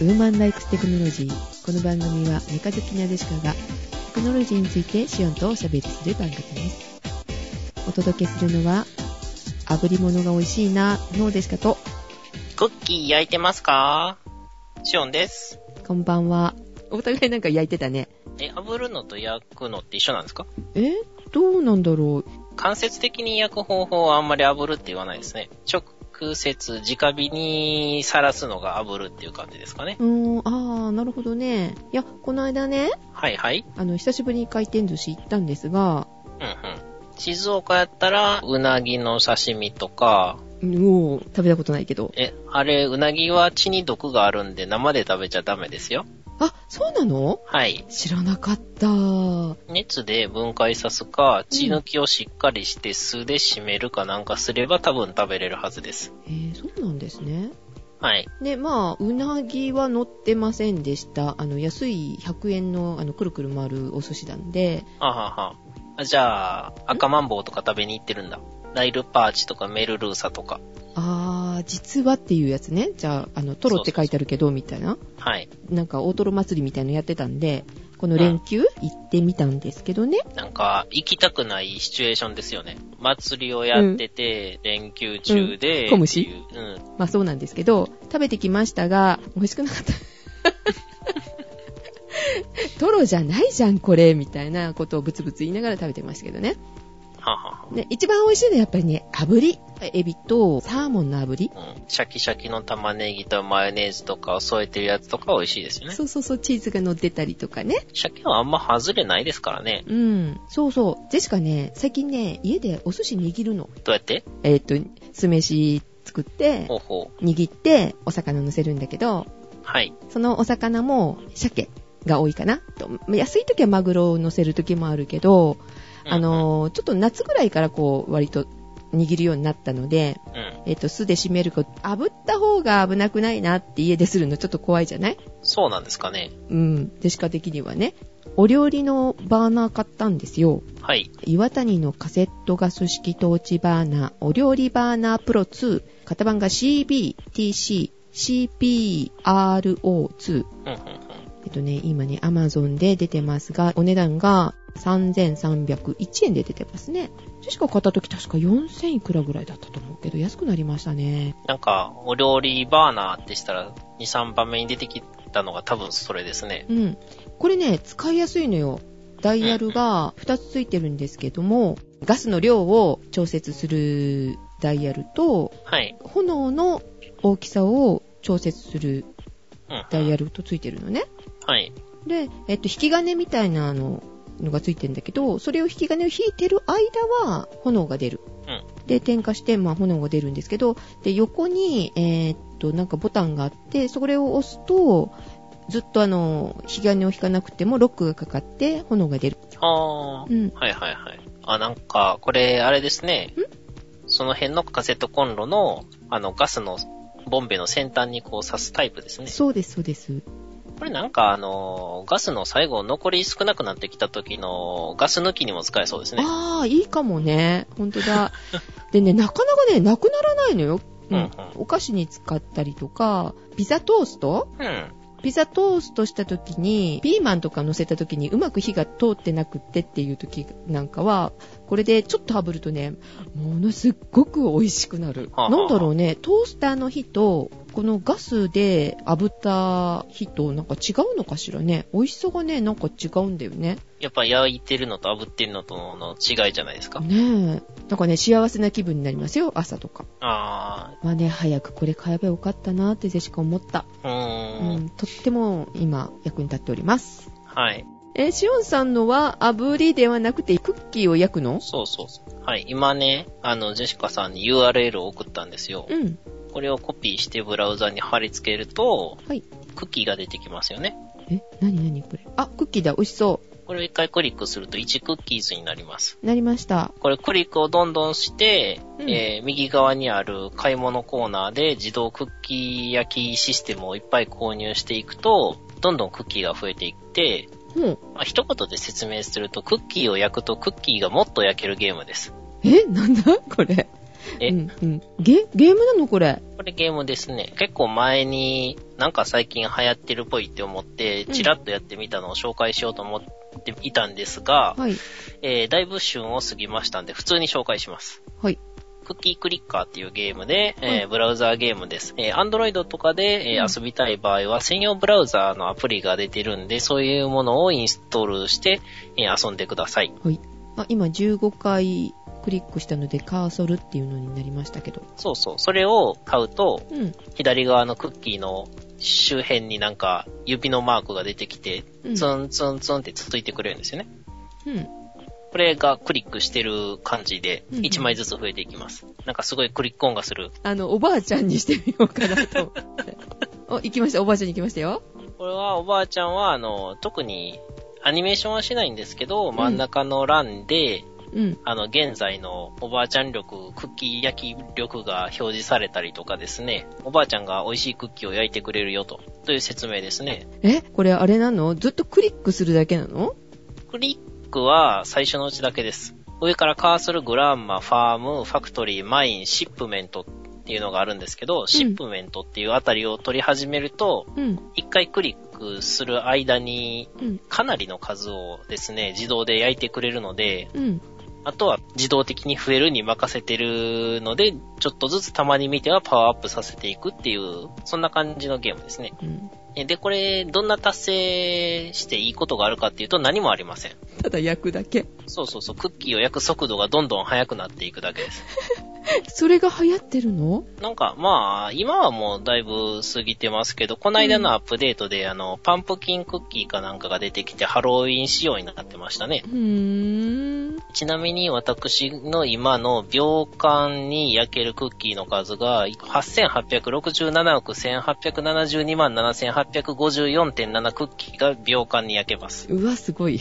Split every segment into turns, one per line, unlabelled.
ウーマンライクステクノロジー。この番組はメカ好きなデシカがテクノロジーについてシオンとおしゃべりする番組です。お届けするのは、炙り物が美味しいな、のデシカと、
クッキー焼いてますかシオンです。
こんばんは。お互いなんか焼いてたね。
え、炙るのと焼くのって一緒なんですか
えどうなんだろう
間接的に焼く方法はあんまり炙るって言わないですね。直接、直火にさらすのが炙るっていう感じですかね。
うーん、あー、なるほどね。いや、この間ね、
はいはい。
あの、久しぶりに回転寿司行ったんですが、
うんうん。静岡やったら、うなぎの刺身とか、
もう、食べたことないけど。
え、あれ、うなぎは血に毒があるんで生で食べちゃダメですよ。
あ、そうなの
はい。
知らなかった。う
熱で分解さすか、血抜きをしっかりして酢で締めるかなんかすれば多分食べれるはずです。
えー、そうなんですね。
はい。
で、まあ、うなぎは乗ってませんでした。あの、安い100円の、あの、くるくる回るお寿司なんで、
あはは。あじゃあ、赤マンボウとか食べに行ってるんだ。ライルパーチとかメルルーサとか。
あー、実はっていうやつね。じゃあ、あの、トロって書いてあるけど、みたいな。
はい。
なんか、大トロ祭りみたいなのやってたんで、この連休、行ってみたんですけどね。
なんか、行きたくないシチュエーションですよね。祭りをやってて、連休中で、
うん小虫
っていううん。
まあそうなんですけど、食べてきましたが、美味しくなかった。 トロじゃないじゃん、これ、みたいなことをブツブツ言いながら食べてましたけどね。
ははは。
ね一番美味しいのはやっぱりね、炙り。エビとサーモンの炙り。
うん。シャキシャキの玉ねぎとマヨネーズとかを添えてるやつとか美味しいですよね。
そうそうそう、チーズが乗ってたりとかね。
鮭はあんま外れないですからね。
うん。そうそう。ジェシカね、最近ね、家でお寿司握るの。
どうやって
えっ、と、酢飯作って、
ほうほ
握って、お魚乗せるんだけど、
う。はい。
そのお魚も鮭が多いかなと。まあ安い時はマグロを乗せる時もあるけど、あのー、ちょっと夏ぐらいからこう、割と握るようになったので、
うん、うん。
えっ、と、酢で締めるか、炙った方が危なくないなって家でするのちょっと怖いじゃない
そうなんですかね。
うん、でしか的にはね。お料理のバーナー買ったんですよ。
はい。
岩谷のカセットガス式トーチバーナー、お料理バーナープロ2、型番が CBTC、CPRO2。
うん、うん、うん。
えっとね、今ね、アマゾンで出てますが、お値段が3301円で出てますね。ジェシカ買った時確か4000いくらぐらいだったと思うけど、安くなりましたね。
なんか、お料理バーナーってしたら、2、3番目に出てきたのが多分それですね。
うん。これね、使いやすいのよ。ダイヤルが2つついてるんですけども、ガスの量を調節するダイヤルと、
はい。
炎の大きさを調節する
うん。
ダイヤルとついてるのね。
はい。
で、えっと、引き金みたいなあののがついてんだけど、それを引き金を引いてる間は炎が出る。
う
で、点火して、まあ、炎が出るんですけど、で、横に、えーっと、なんかボタンがあって、それを押すと、ずっとあの、引き金を引かなくてもロックがかかって炎が出る。
あ
う
ー。
ん。
はいはいはい。あ、なんか、これ、あれですね。その辺のカセットコンロの、あの、ガスの、ボンベの先端にこう刺すタイプですね。
そうです、そうです。
これなんかあの、ガスの最後残り少なくなってきた時のガス抜きにも使えそうですね。
ああ、いいかもね。ほんとだ。 でね、なかなかね、なくならないのよ。
うんうん
お菓子に使ったりとか、ピザトースト
うん。
ピザトーストした時に、ピーマンとか乗せた時にうまく火が通ってなくってっていう時なんかは、これでちょっと炙るとね、ものすっごく美味しくなる。
はあはあ
なんだろうね、トースターの火と、このガスで炙った火となんか違うのかしらね。美味しさがね、なんか違うんだよね。
やっぱ焼いてるのと炙ってるのとの違いじゃないですか。
ねえ。なんかね、幸せな気分になりますよ、朝とか。
あ
まあね、早くこれ買えばよかったなってジェシカ思った。
ー、うーん,、
うん、とっても今役に立っております。
はい。
えーシオンさんのは炙りではなくてクッキーを焼くの
そうそうそう。はい。今ね、あの、ジェシカさんに URL を送ったんですよ。
うん。
これをコピーしてブラウザに貼り付けると、
はい。
クッキーが出てきますよね。
え、なになにこれ。あ、クッキーだ。美味しそ
これを一回クリックすると1クッキーズになります。
う。なりました。
これクリックをどんどんして、
うん
えー右側にある買い物コーナーで自動クッキー焼きシステムをいっぱい購入していくと、どんどんクッキーが増えていって、
ほう。
まあ、一言で説明すると、クッキーを焼くとクッキーがもっと焼けるゲームです。
え、なんだこれ。
え
うん、うん。ゲ、ゲームなのこれ。
これゲームですね。結構前になんか最近流行ってるっぽいって思って、チラッとやってみたのを紹介しようと思っていたんですが、
はい。
えー、だいぶ旬を過ぎましたんで、普通に紹介します。
はい。
クッキークリッカーっていうゲームで、えーブラウザーゲームです。えー、Android とかで、えー
うん
遊びたい場合は、専用ブラウザーのアプリが出てるんで、そういうものをインストールして、えー遊んでください。
はい。あ、今15回クリックしたのでカーソルっていうのになりましたけど。
そうそう。それを買うと、
うん。
左側のクッキーの周辺になんか指のマークが出てきて、
うん。
ツンツンツンってつついてくれるんですよね。
うん。
これがクリックしてる感じで、
うんうん
1枚ずつ増えていきます。なんかすごいクリック音がする。
あの、おばあちゃんにしてみようかなと思 って。お、行きました。おばあちゃんに行きましたよ。
これはおばあちゃんは、あの、特にアニメーションはしないんですけど、真ん中の欄で、
うん。
あの、現在のおばあちゃん力、クッキー焼き力が表示されたりとかですね、おばあちゃんが美味しいクッキーを焼いてくれるよと、という説明ですね。
えこれあれなのずっとクリックするだけなの
クリックは最初のうちだけです。上からカーソル、グランマ、ファーム、ファクトリー、マイン、シップメントっていうのがあるんですけど、シップメントっていうあたりを取り始めると、
うん。
一回クリックする間に
うん。
かなりの数をですね、自動で焼いてくれるので、
うん。
あとは自動的に増えるに任せてるので、ちょっとずつたまに見てはパワーアップさせていくっていう、そんな感じのゲームですね。
うん。
えで、これ、どんな達成していいことがあるかっていうと何もありません。
ただ焼くだけ。
そうそうそう、クッキーを焼く速度がどんどん速くなっていくだけです。
それが流行ってるの
なんか、まあ、今はもうだいぶ過ぎてますけど、この間のアップデートで、あの、パンプキンクッキーかなんかが出てきて、ハロウィン仕様になってましたね
う。ーん。
ちなみに私の今の秒間に焼けるクッキーの数が、8867億1872万7854.7クッキーが秒間に焼けます。
うわ、すごい。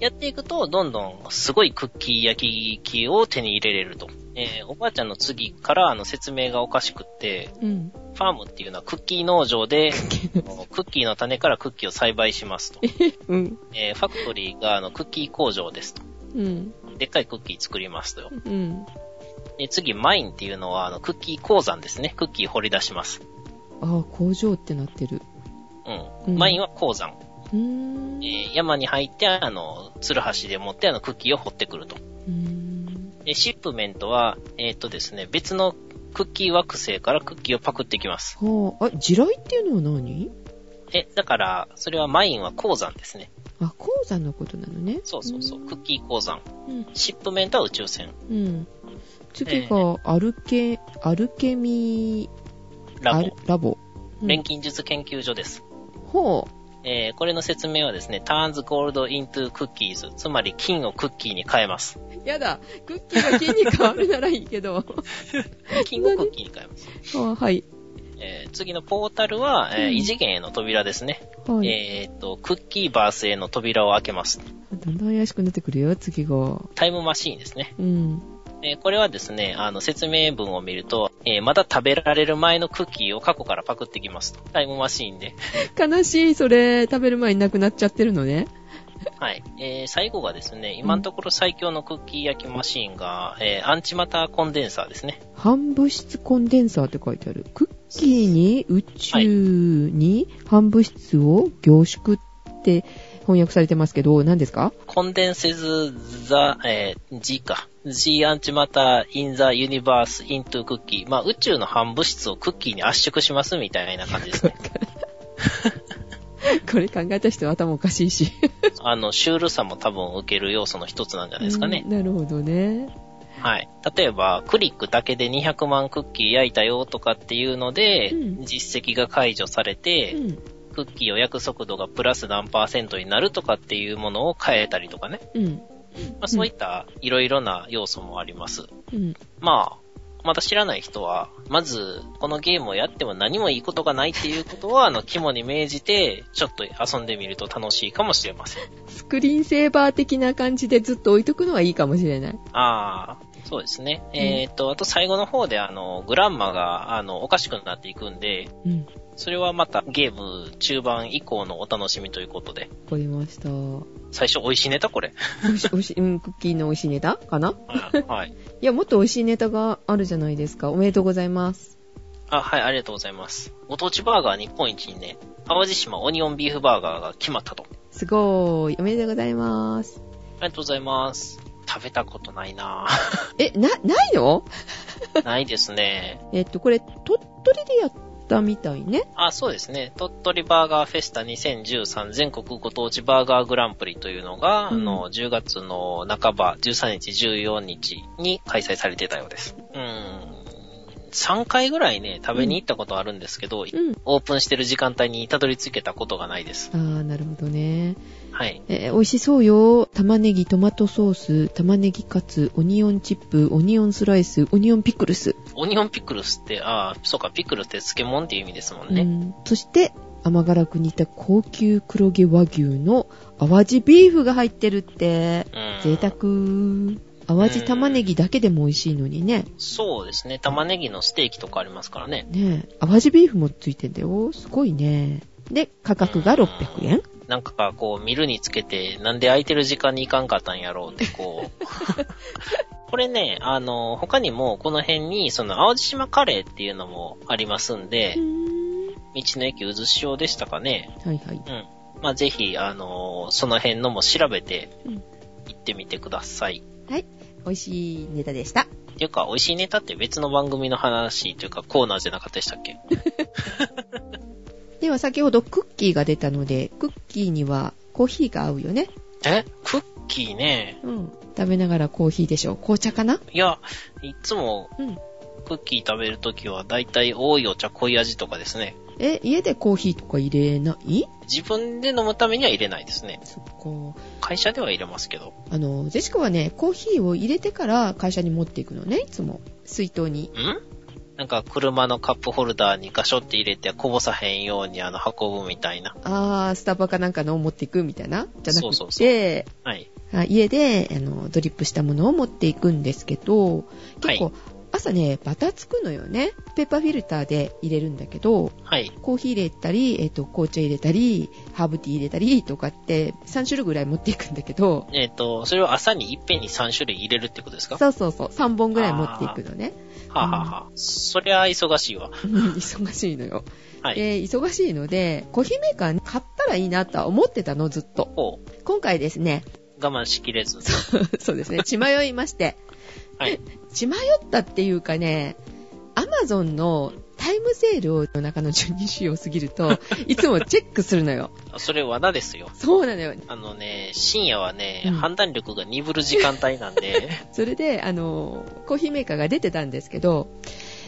やっていくと、どんどんすごいクッキー焼き器を手に入れれると。えーおばあちゃんの次からあの説明がおかしくって、
うん。
ファームっていうのはクッキー農場で、あのクッキーの種からクッキーを栽培しますと。
うん。
えーファクトリーがあのクッキー工場ですと。
うん。
でっかいクッキー作りますとよ。
うん。
で次、マインっていうのはあのクッキー鉱山ですね。クッキー掘り出します。
ああ、工場ってなってる。
う
うん
ん。マインは鉱山。
うーん。
えー山に入って、あの、ツルハシで持ってあのクッキーを掘ってくると。
うーん。
で、シップメントは、えーっとですね、別のクッキー惑星からクッキーをパクってきます。
はあ、あ、地雷っていうのは何
え、だから、それはマインは鉱山ですね。
あ、鉱山のことなのね。
そうそうそう、クッキー鉱山。
うん。
シップメントは宇宙船。
うん。次が、アルケ、アルケミ
ラ
ア
ボ
ル。ラボ。うん
錬金術研究所です。
ほ
えーこれの説明はですね、turns gold into cookies。つまり金をクッキーに変 えます。
う。やだ、クッキーが金に変わるならいいけど。
金をクッキーに変えます。
あはい。
えー次のポータルは、えー
うん
異次元への扉ですね。
はい。
えーっと、クッキーバースへの扉を開けます。
だんだん怪しくなってくるよ、次が。
タイムマシーンですね。
うん。
えーこれはですね、あの、説明文を見ると、えーまだ食べられる前のクッキーを過去からパクってきますと。タイムマシーンで。
悲しい、それ、食べる前になくなっちゃってるのね。
はい。えー最後がですね、今のところ最強のクッキー焼きマシーンが、えーアンチマターコンデンサーですね。
半物質コンデンサーって書いてある。クッキーに宇宙に半物質を凝縮って翻訳されてますけど、何ですか
コンデンセズ・ザ・えー、G か。G アンチマター・イン・ザ・ユニバース・イントゥ・クッキー。まあ、宇宙の半物質をクッキーに圧縮しますみたいな感じ ですね。
これ考えた人は頭おかしいし。
あの、シュールさも多分受ける要素の一つなんじゃないですかね
う。んなるほどね。
はい。例えば、クリックだけで200万クッキー焼いたよとかっていうので、
うん
実績が解除されて、
うん。
クッキーを焼く速度がプラス何パーセントになるとかっていうものを変えたりとかね。
うん。
まあ、そういったいろいろな要素もあります。
うん。
まあ、まだ知らない人は、まず、このゲームをやっても何もいいことがないっていうことは、あの、肝に銘じて、ちょっと遊んでみると楽しいかもしれません。
スクリーンセーバー的な感じでずっと置いとくのはいいかもしれない。
ああ、そうですね。えっ、と、あと最後の方で、あの、グランマが、あの、おかしくなっていくんで、
うん。
それはまたゲーム中盤以降のお楽しみということで、
わかりました。お
最初美味しいネタこれ。
いし、おいし、うん、クッキーの美味しいネタかな
うんはい。
いや、もっと美味しいネタがあるじゃないですか。おめでとうございます。
あ、はい、ありがとうございます。ご当地バーガー日本一にね、淡路島オニオンビーフバーガーが決まったと。
すごーい。おめでとうございます。
ありがとうございます。食べたことないな
え、な、ないの
ぁ ないですね。
えっと、これ、鳥取でやったみたいね。
あ、そうですね。鳥取バーガーフェスタ2013全国ご当地バーガーグランプリというのが、
うん
あの、10月の半ば、13日、14日に開催されてたようです。うーん。3回ぐらいね、食べに行ったことあるんですけど、
うん。
オープンしてる時間帯にたどり着けたことがないです。
あー、なるほどね。
はい。
えー美味しそうよ。玉ねぎ、トマトソース、玉ねぎカツ、オニオンチップ、オニオンスライス、オニオンピクルス。
オニオンピクルスって、ああ、そうか、ピクルって漬物っていう意味ですもん
う
ね。
ん。そして、甘辛く煮た高級黒毛和牛の淡路ビーフが入ってるって。
う
贅
ん。
沢。淡路玉ねぎだけでも美味しいのにね。
そうですね。玉ねぎのステーキとかありますからね。
ねえ、淡路ビーフもついてんだよ。すごいね。で、価格が600円。
なんかこう、見るにつけて、なんで空いてる時間に行かんかったんやろうって、こう。 これね、あの、他にも、この辺に、その、青島カレーっていうのもありますんで
う、ーん
道の駅渦潮でしたかね。
はいはい。
うん。まあ、ぜひ、あの、その辺のも調べて
うん、
行ってみてください。
美味しいネタでした。
っていうか、美味しいネタって別の番組の話というか、コーナーじゃなかったでしたっけ
では先ほどクッキーが出たので、クッキーにはコーヒーが合うよね。
えクッキーね。
うん。食べながらコーヒーでしょう。紅茶かない
や、いつも
うん。
クッキー食べるときは、だいたい多いお茶濃い味とかですね。
え、家でコーヒーとか入れない
自分で飲むためには入れないですね。
そっか。
会社では入れますけど。
あの、ジェシカはね、コーヒーを入れてから会社に持っていくのね、いつも。水筒に。
んなんか車のカップホルダーにガショって入れてこぼさへんようにあの運ぶみたいな。
あー、スタバかなんかのを持っていくみたいなじゃなくて、
そうそうそはい。
あ家であのドリップしたものを持っていくんですけど結構、
は
朝ねバタつくのよねペーパーフィルターで入れるんだけど
はい。
コーヒー入れたり、えっと紅茶入れたりハーブティー入れたりとかって3種類ぐらい持っていくんだけど
えっ、と、それを朝にいっぺんに3種類入れるってことですかは
そうそうそう3本ぐらい持っていくのね
あ、はあはあ、そりゃ忙しいわ。
うん 忙しいのよ、
はい。
で忙しいのでコーヒーメーカーに買ったらいいなとは思ってたのずっと
こう、
今回ですね
我慢しきれず。
そうですね血迷いまして
はい。
血迷ったっていうかね、アマゾンのタイムセールを夜中の12時を過ぎると、いつもチェックするのよ。
それ罠ですよ。
そうなのよ。
あのね、深夜はね、
うん
判断力が鈍る時間帯なんで、
それで、あの、コーヒーメーカーが出てたんですけど、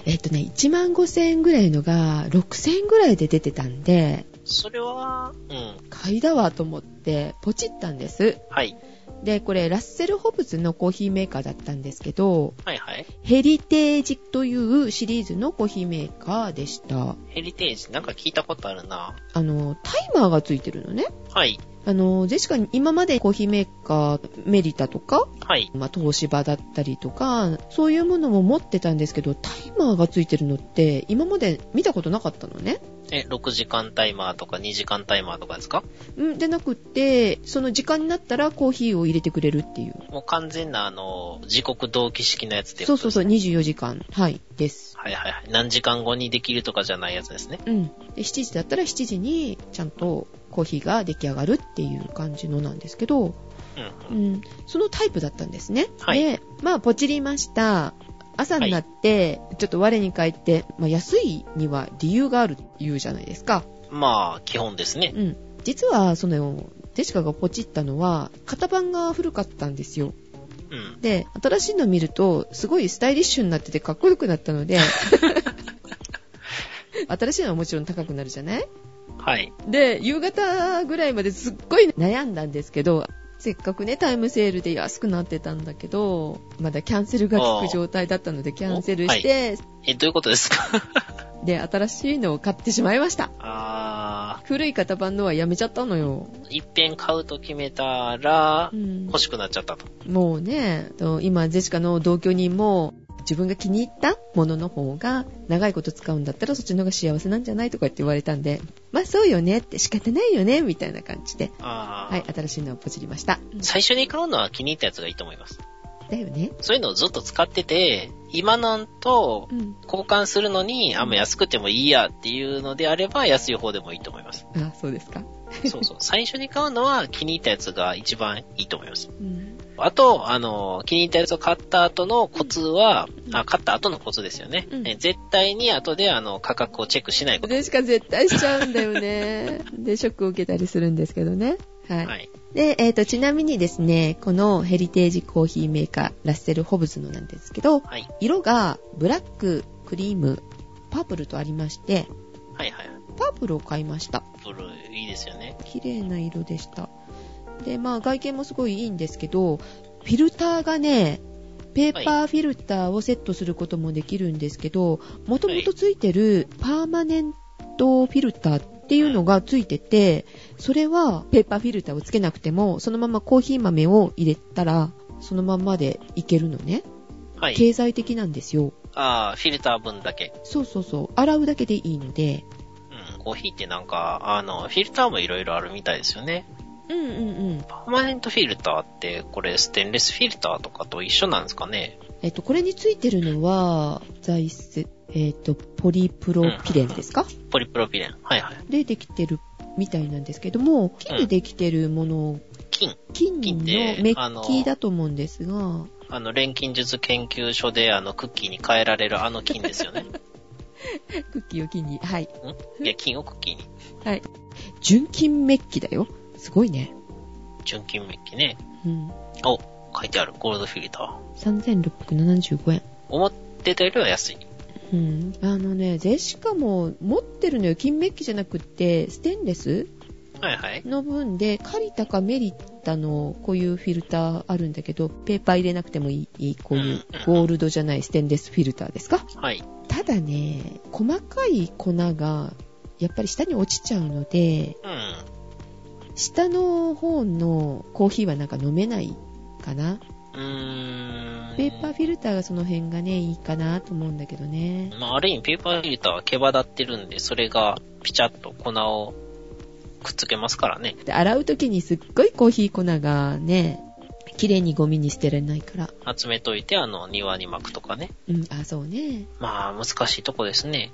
えっとね、1万5千円ぐらいのが6千円ぐらいで出てたんで、
それは、うん、
買いだわと思って、ポチったんです。
はい。
で、これ、ラッセル・ホブズのコーヒーメーカーだったんですけど、
はいはい。
ヘリテージというシリーズのコーヒーメーカーでした。
ヘリテージ、なんか聞いたことあるな。
あの、タイマーがついてるのね。
はい。
あの、ジェシカに今までコーヒーメーカー、メリタとか、
はい。
まあ、東芝だったりとか、そういうものも持ってたんですけど、タイマーがついてるのって、今まで見たことなかったのね。
え、6時間タイマーとか2時間タイマーとかですか
うん、でなくって、その時間になったらコーヒーを入れてくれるっていう。
もう完全な、あの、時刻同期式のやつって
そ
こと
うそうそう、24時間。はい、です。
はいはいはい。何時間後にできるとかじゃないやつですね。
うん。で、7時だったら7時に、ちゃんとコーヒーが出来上がるっていう感じのなんですけど、
うんうん。
うん、そのタイプだったんですね。
はい
で、まあ、ポチりました。朝になって、ちょっと我に返って、まあ、安いには理由があるって言うじゃないですか。
まあ、基本ですね。
うん。実は、その、デシカがポチったのは、型番が古かったんですよ。
うん。
で、新しいの見ると、すごいスタイリッシュになっててかっこよくなったの で、新しいのはもちろん高くなるじゃない
はい。
で、夕方ぐらいまですっごい悩んだんですけど、せっかくね、タイムセールで安くなってたんだけど、まだキャンセルがつく状態だったのでキャンセルして、
え、どういうことですか
で、新しいのを買ってしまいました。
あ
古い型番のはやめちゃったのよ。
ー、一遍買うと決めたら
う、ん
欲しくなっちゃったと。
もうね、と今、ジェシカの同居人も、自分が気に入ったものの方が、長いこと使うんだったらそっちの方が幸せなんじゃないとかって言われたんで、まあそうよねって仕方ないよね、みたいな感じで、
あー。
はい、新しいのをポチりました。
最初に買うのは気に入ったやつがいいと思います。
だよね。
そういうのをずっと使ってて、今なんと
うん。
交換するのに、あ、もう安くてもいいやっていうのであれば、安い方でもいいと思います。
あ、そうですか。
そうそう。最初に買うのは気に入ったやつが一番いいと思います。
うん。
あと、あの、気に入ったやつを買った後のコツは、あ、買った後のコツですよね。
うん
え絶対に後であの、価格をチェックしないこと。
でしか絶対しちゃうんだよ ね。で、ショックを受けたりするんですけどね。はい。
はい。
で、えっ、と、ちなみにですね、このヘリテージコーヒーメーカー、ラッセル・ホブズのなんですけど、
はい。
色がブラック、クリーム、パープルとありまして、
はいはい。
パープルを買いました。
ブルー、いいですよね。
綺麗な色でした。で、まあ外見もすごいいいんですけど、フィルターがね、ペーパーフィルターをセットすることもできるんですけど、もともとついてるパーマネントフィルターっていうのがついてて、それはペーパーフィルターをつけなくても、そのままコーヒー豆を入れたら、そのまんまでいけるのね。
はい。
経済的なんですよ。
あーフィルター分だけ。
そうそうそう。洗うだけでいいので。
うん。コーヒーってなんか、あの、フィルターもいろいろあるみたいですよね。
うんうんうん。
パーマネントフィルターって、これステンレスフィルターとかと一緒なんですかね
えっと、これについてるのは、材質、えっと、ポリプロピレンですか、
ポリプロピレン。はいはい。
でできてるみたいなんですけども、金でできてるもの、
金。
金
金
の
って
メ
あの
ッキだと思うんですが、
あの、錬金術研究所で、あの、クッキーに変えられるあの金です よね。
クッキーを金に、はい。
んいや、金をクッキーに。
はい。純金メッキだよ。すごいね。
純金メッキね。
うん。
お、書いてある。ゴールドフィルター。
3675円。
思ってたよりは安い。
うん。あのね、ゼシカも持ってるのよ。金メッキじゃなくって、ステンレス
はいはい。
の分で、カリタかメリッタのこういうフィルターあるんだけど、ペーパー入れなくてもいい、こういうゴールドじゃないステンレスフィルターですか
はい。
ただね、細かい粉が、やっぱり下に落ちちゃうので、
うん。
下の方のコーヒーはなんか飲めないかな。
うーん。
ペーパーフィルターがその辺がね、いいかなと思うんだけどね。
まあ、ある意味ペーパーフィルターは毛羽立ってるんで、それがピチャッと粉をくっつけますからね。
で洗う時にすっごいコーヒー粉がね、綺麗にゴミに捨てられないから。
集めといて、あの、庭に巻くとかね。
うん、あ、そうね。
まあ、難しいとこですね。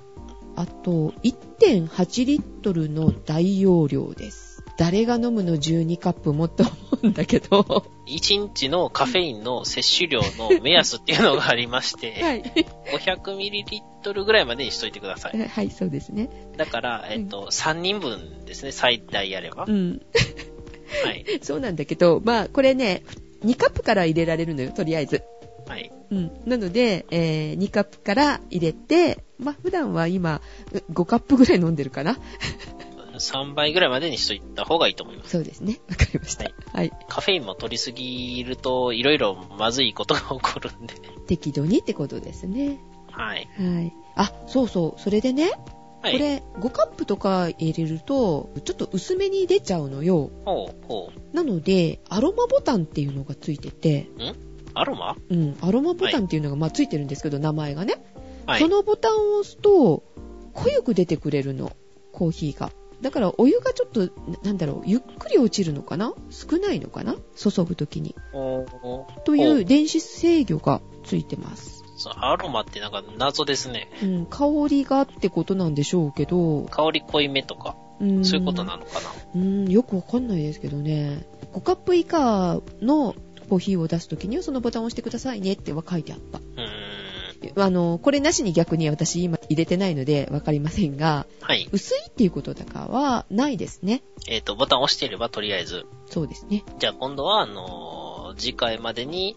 あと、1.8リットルの大容量です。誰が飲むの12カップもと思うんだけど。
1日のカフェインの摂取量の目安っていうのがありまし て、
い。
500ml ぐらいまでにしといてください。
はい、そうですね。
だから、えっと、3人分ですね、最大やれば。は
うん。
い。
そうなんだけど、まあ、これね、2カップから入れられるのよ、とりあえず。
はい。
うん。なので、えー、2カップから入れて、まあ、普段は今、5カップぐらい飲んでるかな。
3倍ぐらいまでにしといた方がいいと思います。
そうですね。わかりました。は
はいい。カフェインも取りすぎると、いろいろまずいことが起こるんで。
適度にってことですね。
はい。
はい。あ、そうそう。それでね、
はい。
これ、5カップとか入れると、ちょっと薄めに出ちゃうのよ。
ほう、ほ
なので、アロマボタンっていうのがついてて、
う。アロマ
うん、アロマボタンっていうのが、まあ、ついてるんですけど、名前がね。
は
そ
い。
のボタンを押すと、濃ゆく出てくれるの、コーヒーが。だから、お湯がちょっと、ななんだろう、ゆっくり落ちるのかな少ないのかな注ぐときに。
おー
とい
ほ
う電子制御がついてます。
そうアロマってなんか謎ですね。
うん、香りがってことなんでしょうけど、
香り濃いめとか、
うん
そういうことなのかな。
うん、よくわかんないですけどね。5カップ以下のコーヒーを出すときにはそのボタンを押してくださいねっては書いてあった。
うーん。
あの、これなしに逆に私今入れてないのでわかりませんが、
はい。
薄いっていうことだからはないですね。
えっ、と、ボタン押してればとりあえず。
そうですね。
じゃあ今度は、あのー次回までに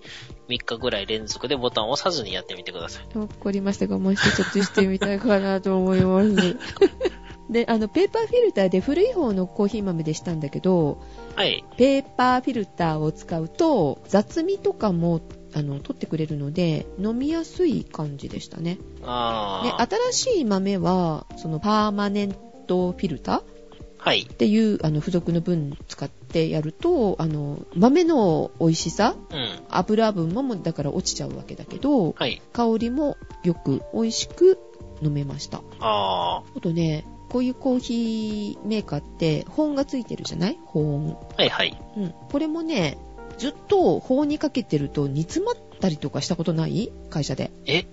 3日ぐらい連続でボタンを押さずにやってみてください。
わかりましたが、もう一つしてみたいかなと思います。 で、あの、ペーパーフィルターで古い方のコーヒー豆でしたんだけど、
はい。
ペーパーフィルターを使うと、雑味とかも、あの、取ってくれるので、飲みやすい感じでしたね。で
ああ、
新しい豆はそのパーマネントフィルターっ
はい。
ていうあの付属の分使ってやるとあの豆の美味しさ
うん。
油分ももうだから落ちちゃうわけだけど
はい。
香りもよく美味しく飲めました
あ
あとねこういうコーヒーメーカーって保温がついてるじゃない保温、
あ、はいはい。
うん、これもねずっと保温にかけてると煮詰まっったりとかしたことない会社で。
え、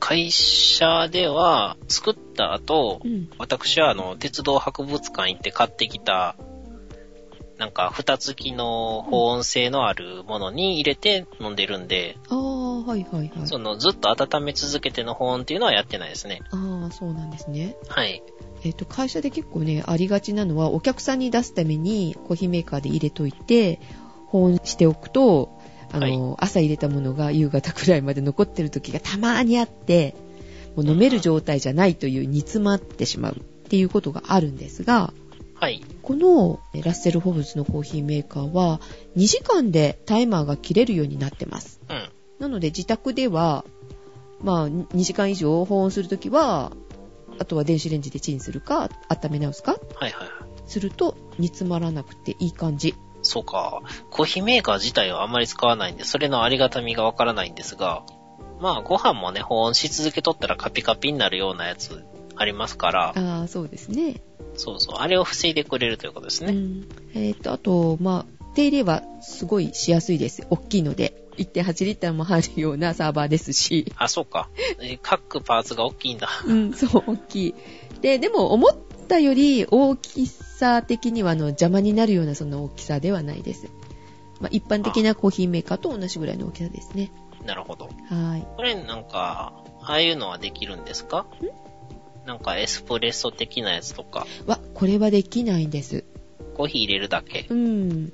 会社では作った後、
うん。
私はあの、鉄道博物館行って買ってきた、なんか、蓋付きの保温性のあるものに入れて飲んでるんで、
ああ、はいはいはい。
その、ずっと温め続けての保温っていうのはやってないですね。
ああ、そうなんですね。
はい。
えっ、と、会社で結構ね、ありがちなのは、お客さんに出すためにコーヒーメーカーで入れといて、保温しておくと、あの、朝入れたものが夕方くらいまで残ってる時がたまーにあって、もう飲める状態じゃないという煮詰まってしまうっていうことがあるんですが、
はい。
このえラッセル・ホブズのコーヒーメーカーは2時間でタイマーが切れるようになってます。
うん。
なので自宅では、まあ、2時間以上保温するときは、あとは電子レンジでチンするか、温め直すか、
はいはいはい。
すると煮詰まらなくていい感じ。
そうか。コーヒーメーカー自体はあんまり使わないんで、それのありがたみがわからないんですが、まあ、ご飯もね、保温し続けとったらカピカピになるようなやつありますから、
ああ、そうですね。
そうそう、あれを防いでくれるということです
う
ね。
ん。えっ、と、あと、まあ、手入れはすごいしやすいです。大きいので。1.8リッターも入るようなサーバーですし。
あ、そうか。え各パーツが大きいんだ。
うん、 そう、大きい。で、でも思ったより大きさ的にはあの邪魔になるようなその大きさではないです。まあ、一般的なコーヒーメーカーと同じぐらいの大きさですね。
なるほど。
はい。
これなんか、ああいうのはできるんですかなんかエスプレッソ的なやつとか、
わ、これはできないんです。
コーヒー入れるだけ。
うん。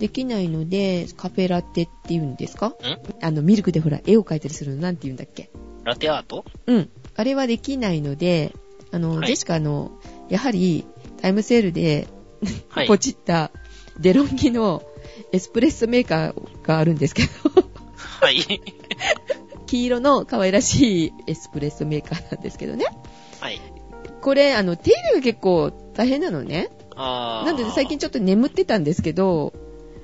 できないので、カフェラテって言うんですか
ん
あの、ミルクでほら、絵を描いたりするのなんて言うんだっけ
ラテアート
うん。あれはできないので、あの、
はい
ジェシカあの、やはり、タイムセールで
はい
ポ。チったデロンギのエスプレッソメーカーがあるんですけど、
はい。
黄色の可愛らしいエスプレッソメーカーなんですけどね。
はい。
これ、あの、手入れが結構大変なのね。
あー
なので最近。ちょっと眠ってたんですけど、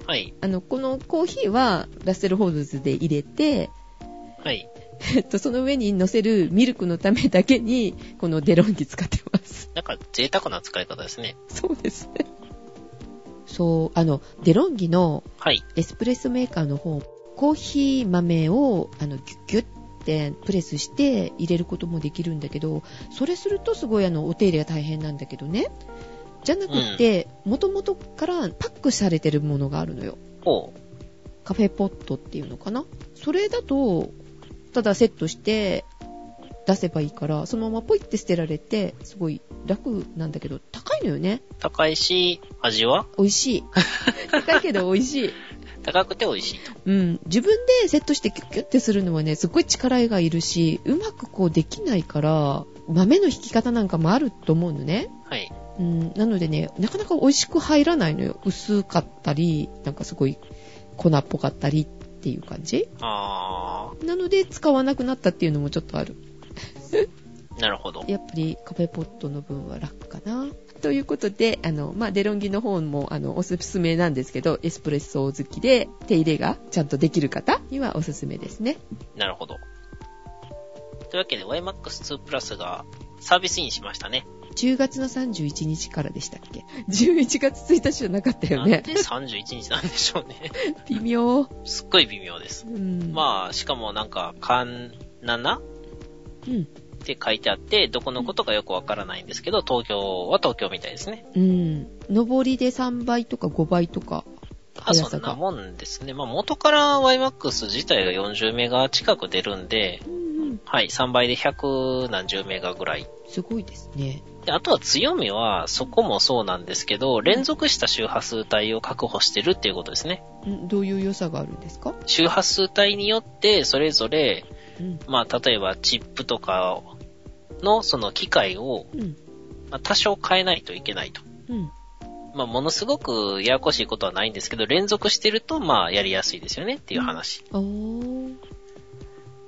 はい。
あの、このコーヒーはラッセルホールズで入れて、
はい。
えっと、その上に乗せるミルクのためだけに、 このデロンギ使ってます。
なんか贅沢な使い方ですね。
そうですね。そう、あの、デロンギの
はい。
エスプレッソメーカーの方、コーヒー豆をあのギュッギュッってプレスして入れることもできるんだけど、それするとすごいあのお手入れが大変なんだけどね。じゃなくって、元々からパックされてるものがあるのよ。
ほう。
カフェポットっていうのかな。それだと、ただセットして出せばいいから、そのままポイって捨てられて、すごい楽なんだけど、高いのよね。
高いし、味は
美味しい。高いけど美味しい。
高くて美味しいと。
うん、自分でセットしてキュッキュッてするのはね、すっごい力がいるし、うまくこうできないから、豆の引き方なんかもあると思うのね。
はい。
うん、なのでね、なかなか美味しく入らないのよ。薄かったり、なんかすごい粉っぽかったりっていう感じ。
あ
なので使わなくなったっていうのもちょっとある。
ー、なるほど。
やっぱりカフェポットの分は楽かな。ということで、あの、まあ、デロンギの方も、あの、おすすめなんですけど、エスプレッソ好きで、手入れがちゃんとできる方にはおすすめですね。
なるほど。というわけで YMAX2 プラスがサービスインしましたね。
10月の31日からでしたっけ ?11 月1日じゃなかったよ
なん
ね
で。31日なんでしょうね。
微妙。
すっごい微妙です
う。ん。
まあ、しかもなんか、カンナナっ
うん。
て書いてあって、どこのことかよくわからないんですけど、東京は東京みたいですね。
うん。上りで3倍とか5倍とか。
あ、
速
そ
さ
んな
が
もんですね。まあ、元から YMAX 自体が40メガ近く出るんで、
うんうん。
はい、3倍で100何十メガぐらい。
すごいですね。
であとは強みは、そこもそうなんですけど、連続した周波数帯を確保してるっていうことですね。
んどういう良さがあるんですか
周波数帯によって、それぞれ、
うん。
まあ、例えばチップとかのその機械を、
うん。
まあ、多少変えないといけないと。
うん。
まあ、ものすごくややこしいことはないんですけど、連続してると、まあ、やりやすいですよねっていう話。
あー。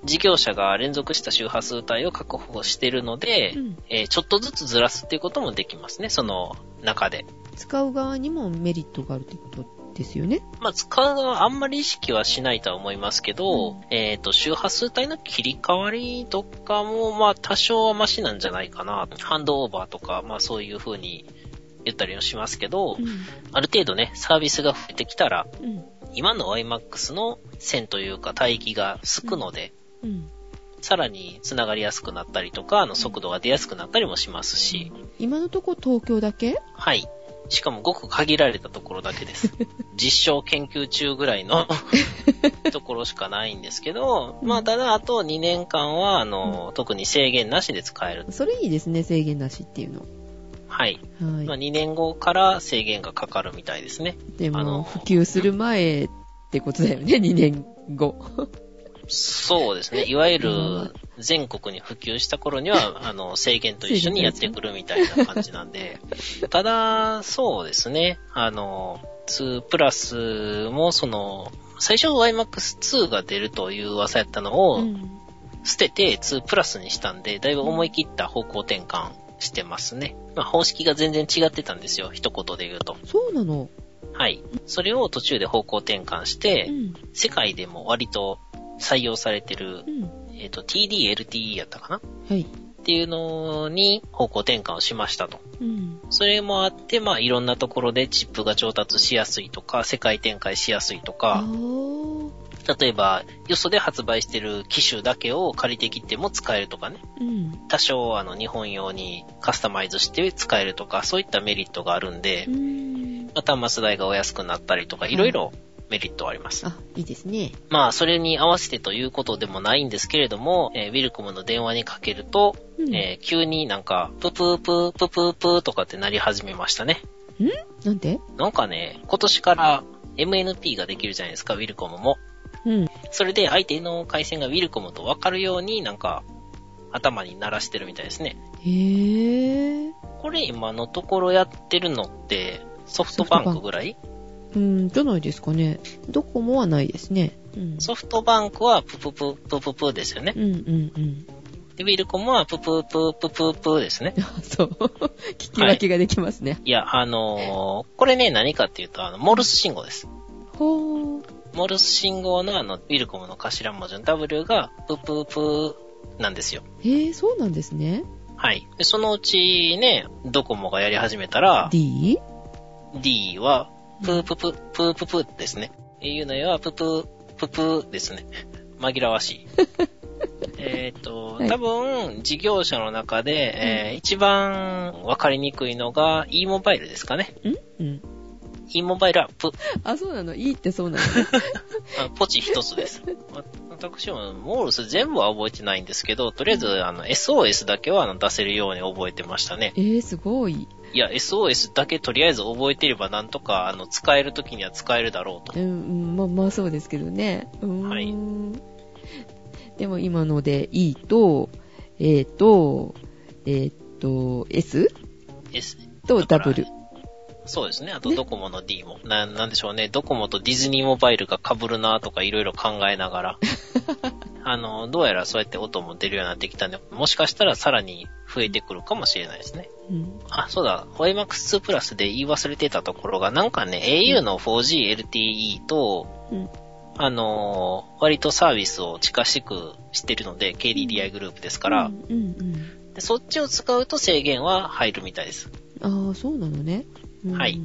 事業者が連続した周波数帯を確保してるので、
うん
えーちょっとずつずらすっていうこともできますね、その中で。
使う側にもメリットがあるってことですよね。
まあ、使う側はあんまり意識はしないとは思いますけ
う
ど、
ん
えっ、と、周波数帯の切り替わりとかも、まあ、多少はマシなんじゃないかな。ハンドオーバーとか、まあ、そういう風に言ったりもしますけど、
ん。
ある程度ね、サービスが増えてきたら、
うん。
今の iMAX の線というか帯域がすくので、
うん。
さらに繋がりやすくなったりとか、あの速度が出やすくなったりもしますし、
今のとこ東京だけ
はい。しかもごく限られたところだけ です。実証研究中ぐらい のところしかないんですけど、まあただあと2年間は、あの、特に制限なしで使える。
それいいですね、制限なしっていうの。
はい。
はい。
まあ2年後から制限がかかるみたいですね。
でも、
あの
普及する前ってことだよね、2年後。
そうですね。いわゆる
うん
全国に普及した頃には、 あの、制限と一緒にやってくるみたいな感じなんで。ただ、そうですね。あの、2プラスも、その、最初 YMAX2 が出るという噂やったのを
うん
捨てて2プラスにしたんで、だいぶ思い切った方向転換してますね。まあ、方式が全然違ってたんですよ。一言で言うと。
そうなの。
はい。それを途中で方向転換し
う
て、
ん。
世界でも割と採用されてる
うん。
えっ、と、TDLTE やったかなっ
はい。
ていうのに方向転換をしましたと。
うん。
それもあって、まあ、いろんなところでチップが調達しやすいとか、世界展開しやすいと
あ
か、
ー
例えば、よそで発売してる機種だけを借りてきても使えるとかね。
うん。
多少、あの、日本用にカスタマイズして使えるとか、そういったメリットがあるんで
う、ん。
まあ、端末代がお安くなったりとか、いろいろメリットはあります。
あ、いいですね。
まあ、それに合わせてということでもないんですけれども、えーウィルコムの電話にかけると、
うん。
えー急になんか、ププープーププープーとかってなり始めましたね。
なんて
なんかね、今年から MNP ができるじゃないですか、ウィルコムも。
うん。
それで相手の回線がウィルコムとわかるように、なんか、頭に鳴らしてるみたいですね。
へえ。
これ今のところやってるのって、ソフトバンクぐらい
うん、じゃないですかね。ドコモはないですね。うん。
ソフトバンクはププププププーですよね。
うんうんうん。
でウィルコムはププププププーですね。
あ そう。聞き分けができますね。
いや、あのーこれね、何かっていうと、あの、モルス信号です。
ほー。
モルス信号のあの、ウィルコムの頭文字の W が、プープープーなんですよ。
へえ、そうなんですね。
はい。で、そのうちね、ドコモがやり始めたら、
D?
D は、プーププ、プーププーですね。au の絵は、プープー、プープーですね。 紛らわしい。 えっと
は、い
多分、事業者の中で、えー一番わかりにくいのが e モバイルですかね。
んうん。
e モバイルはプ、
あ、そうなの。E ってそうなの。
あポチ一つです。わ私もモールス全部は覚えてないんですけど、とりあえずあの SOS だけはあの出せるように覚えてましたね。
えー、すごい。
いや、SOS だけとりあえず覚えてればなんとかあの使える時には使えるだろう
う
と。
ん、うんまあまあそうですけどね。うーん。
はい
でも今ので E と、A と、えーっと、S
S
と
だから
W。
そうですね。あと
ね
ドコモの D も。な、なんでしょうね。ドコモとディズニーモバイルが被るなとかいろいろ考えながら。あの、どうやらそうやって音も出るようになってきたんで、もしかしたらさらに増えてくるかもしれないですね。
うん。
あ、そうだ。YMAX2 プラスで言い忘れてたところが、なんかね、au の 4GLTE と、
うん
あのー割とサービスを近しくしてるので、KDDI グループですから、
うんうん
でそっちを使うと制限は入るみたいです。
うん。ああ、そうなのね。うん
はい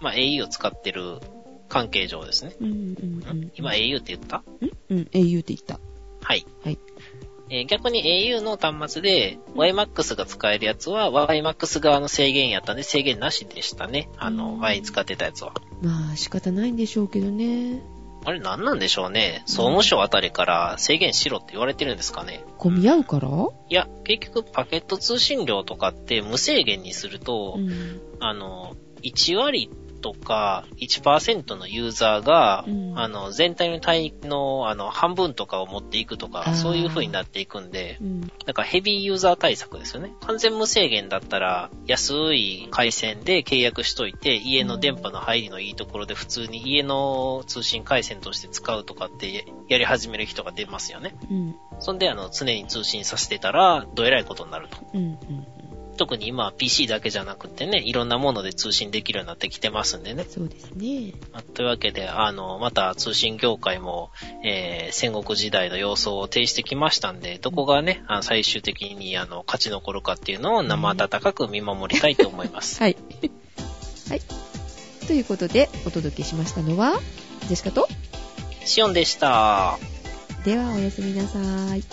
まあ、au を使ってる関係上ですね。
うんうんうんん。
今 au って言った
うん、au って言った。
はい。
はい
えー逆に au の端末で YMAX が使えるやつは YMAX 側の制限やったんで制限なしでしたね。あの、
うん
前使ってたやつは。
まあ仕方ないんでしょうけどね。
あれ何なんでしょうね。総務省あたりから制限しろって言われてるんですかね。
混み合うから
いや、結局パケット通信料とかって無制限にすると
う、ん。
あの、1割とか1%のユーザーが、
うん
あの、全体の体の、あの、半分とかを持っていくと
あー
か、そういう風になっていくんで
う、ん。
なんかヘビーユーザー対策ですよね。完全無制限だったら、安い回線で契約しといて、家の電波の入りのいいところで普通に家の通信回線として使うとかってやり始める人が出ますよね。
うん。
そんで、あの、常に通信させてたら、どえらいことになると。
うん。うん。
特に今は PC だけじゃなくてね、いろんなもので通信できるようになってきてますんでね。
そうですね。
まあというわけで、あの、また通信業界も、えー、戦国時代の様相を呈してきましたんで、どこがね、あの最終的に、あの、勝ち残るかっていうのを生温かく見守りたい と思います。
はい。はい。ということで、お届けしましたのは、ジェシカと、
シオンでした。
ではおやすみなさーい。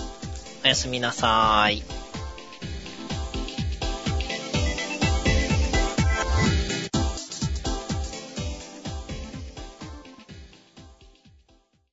おやすみなさーい。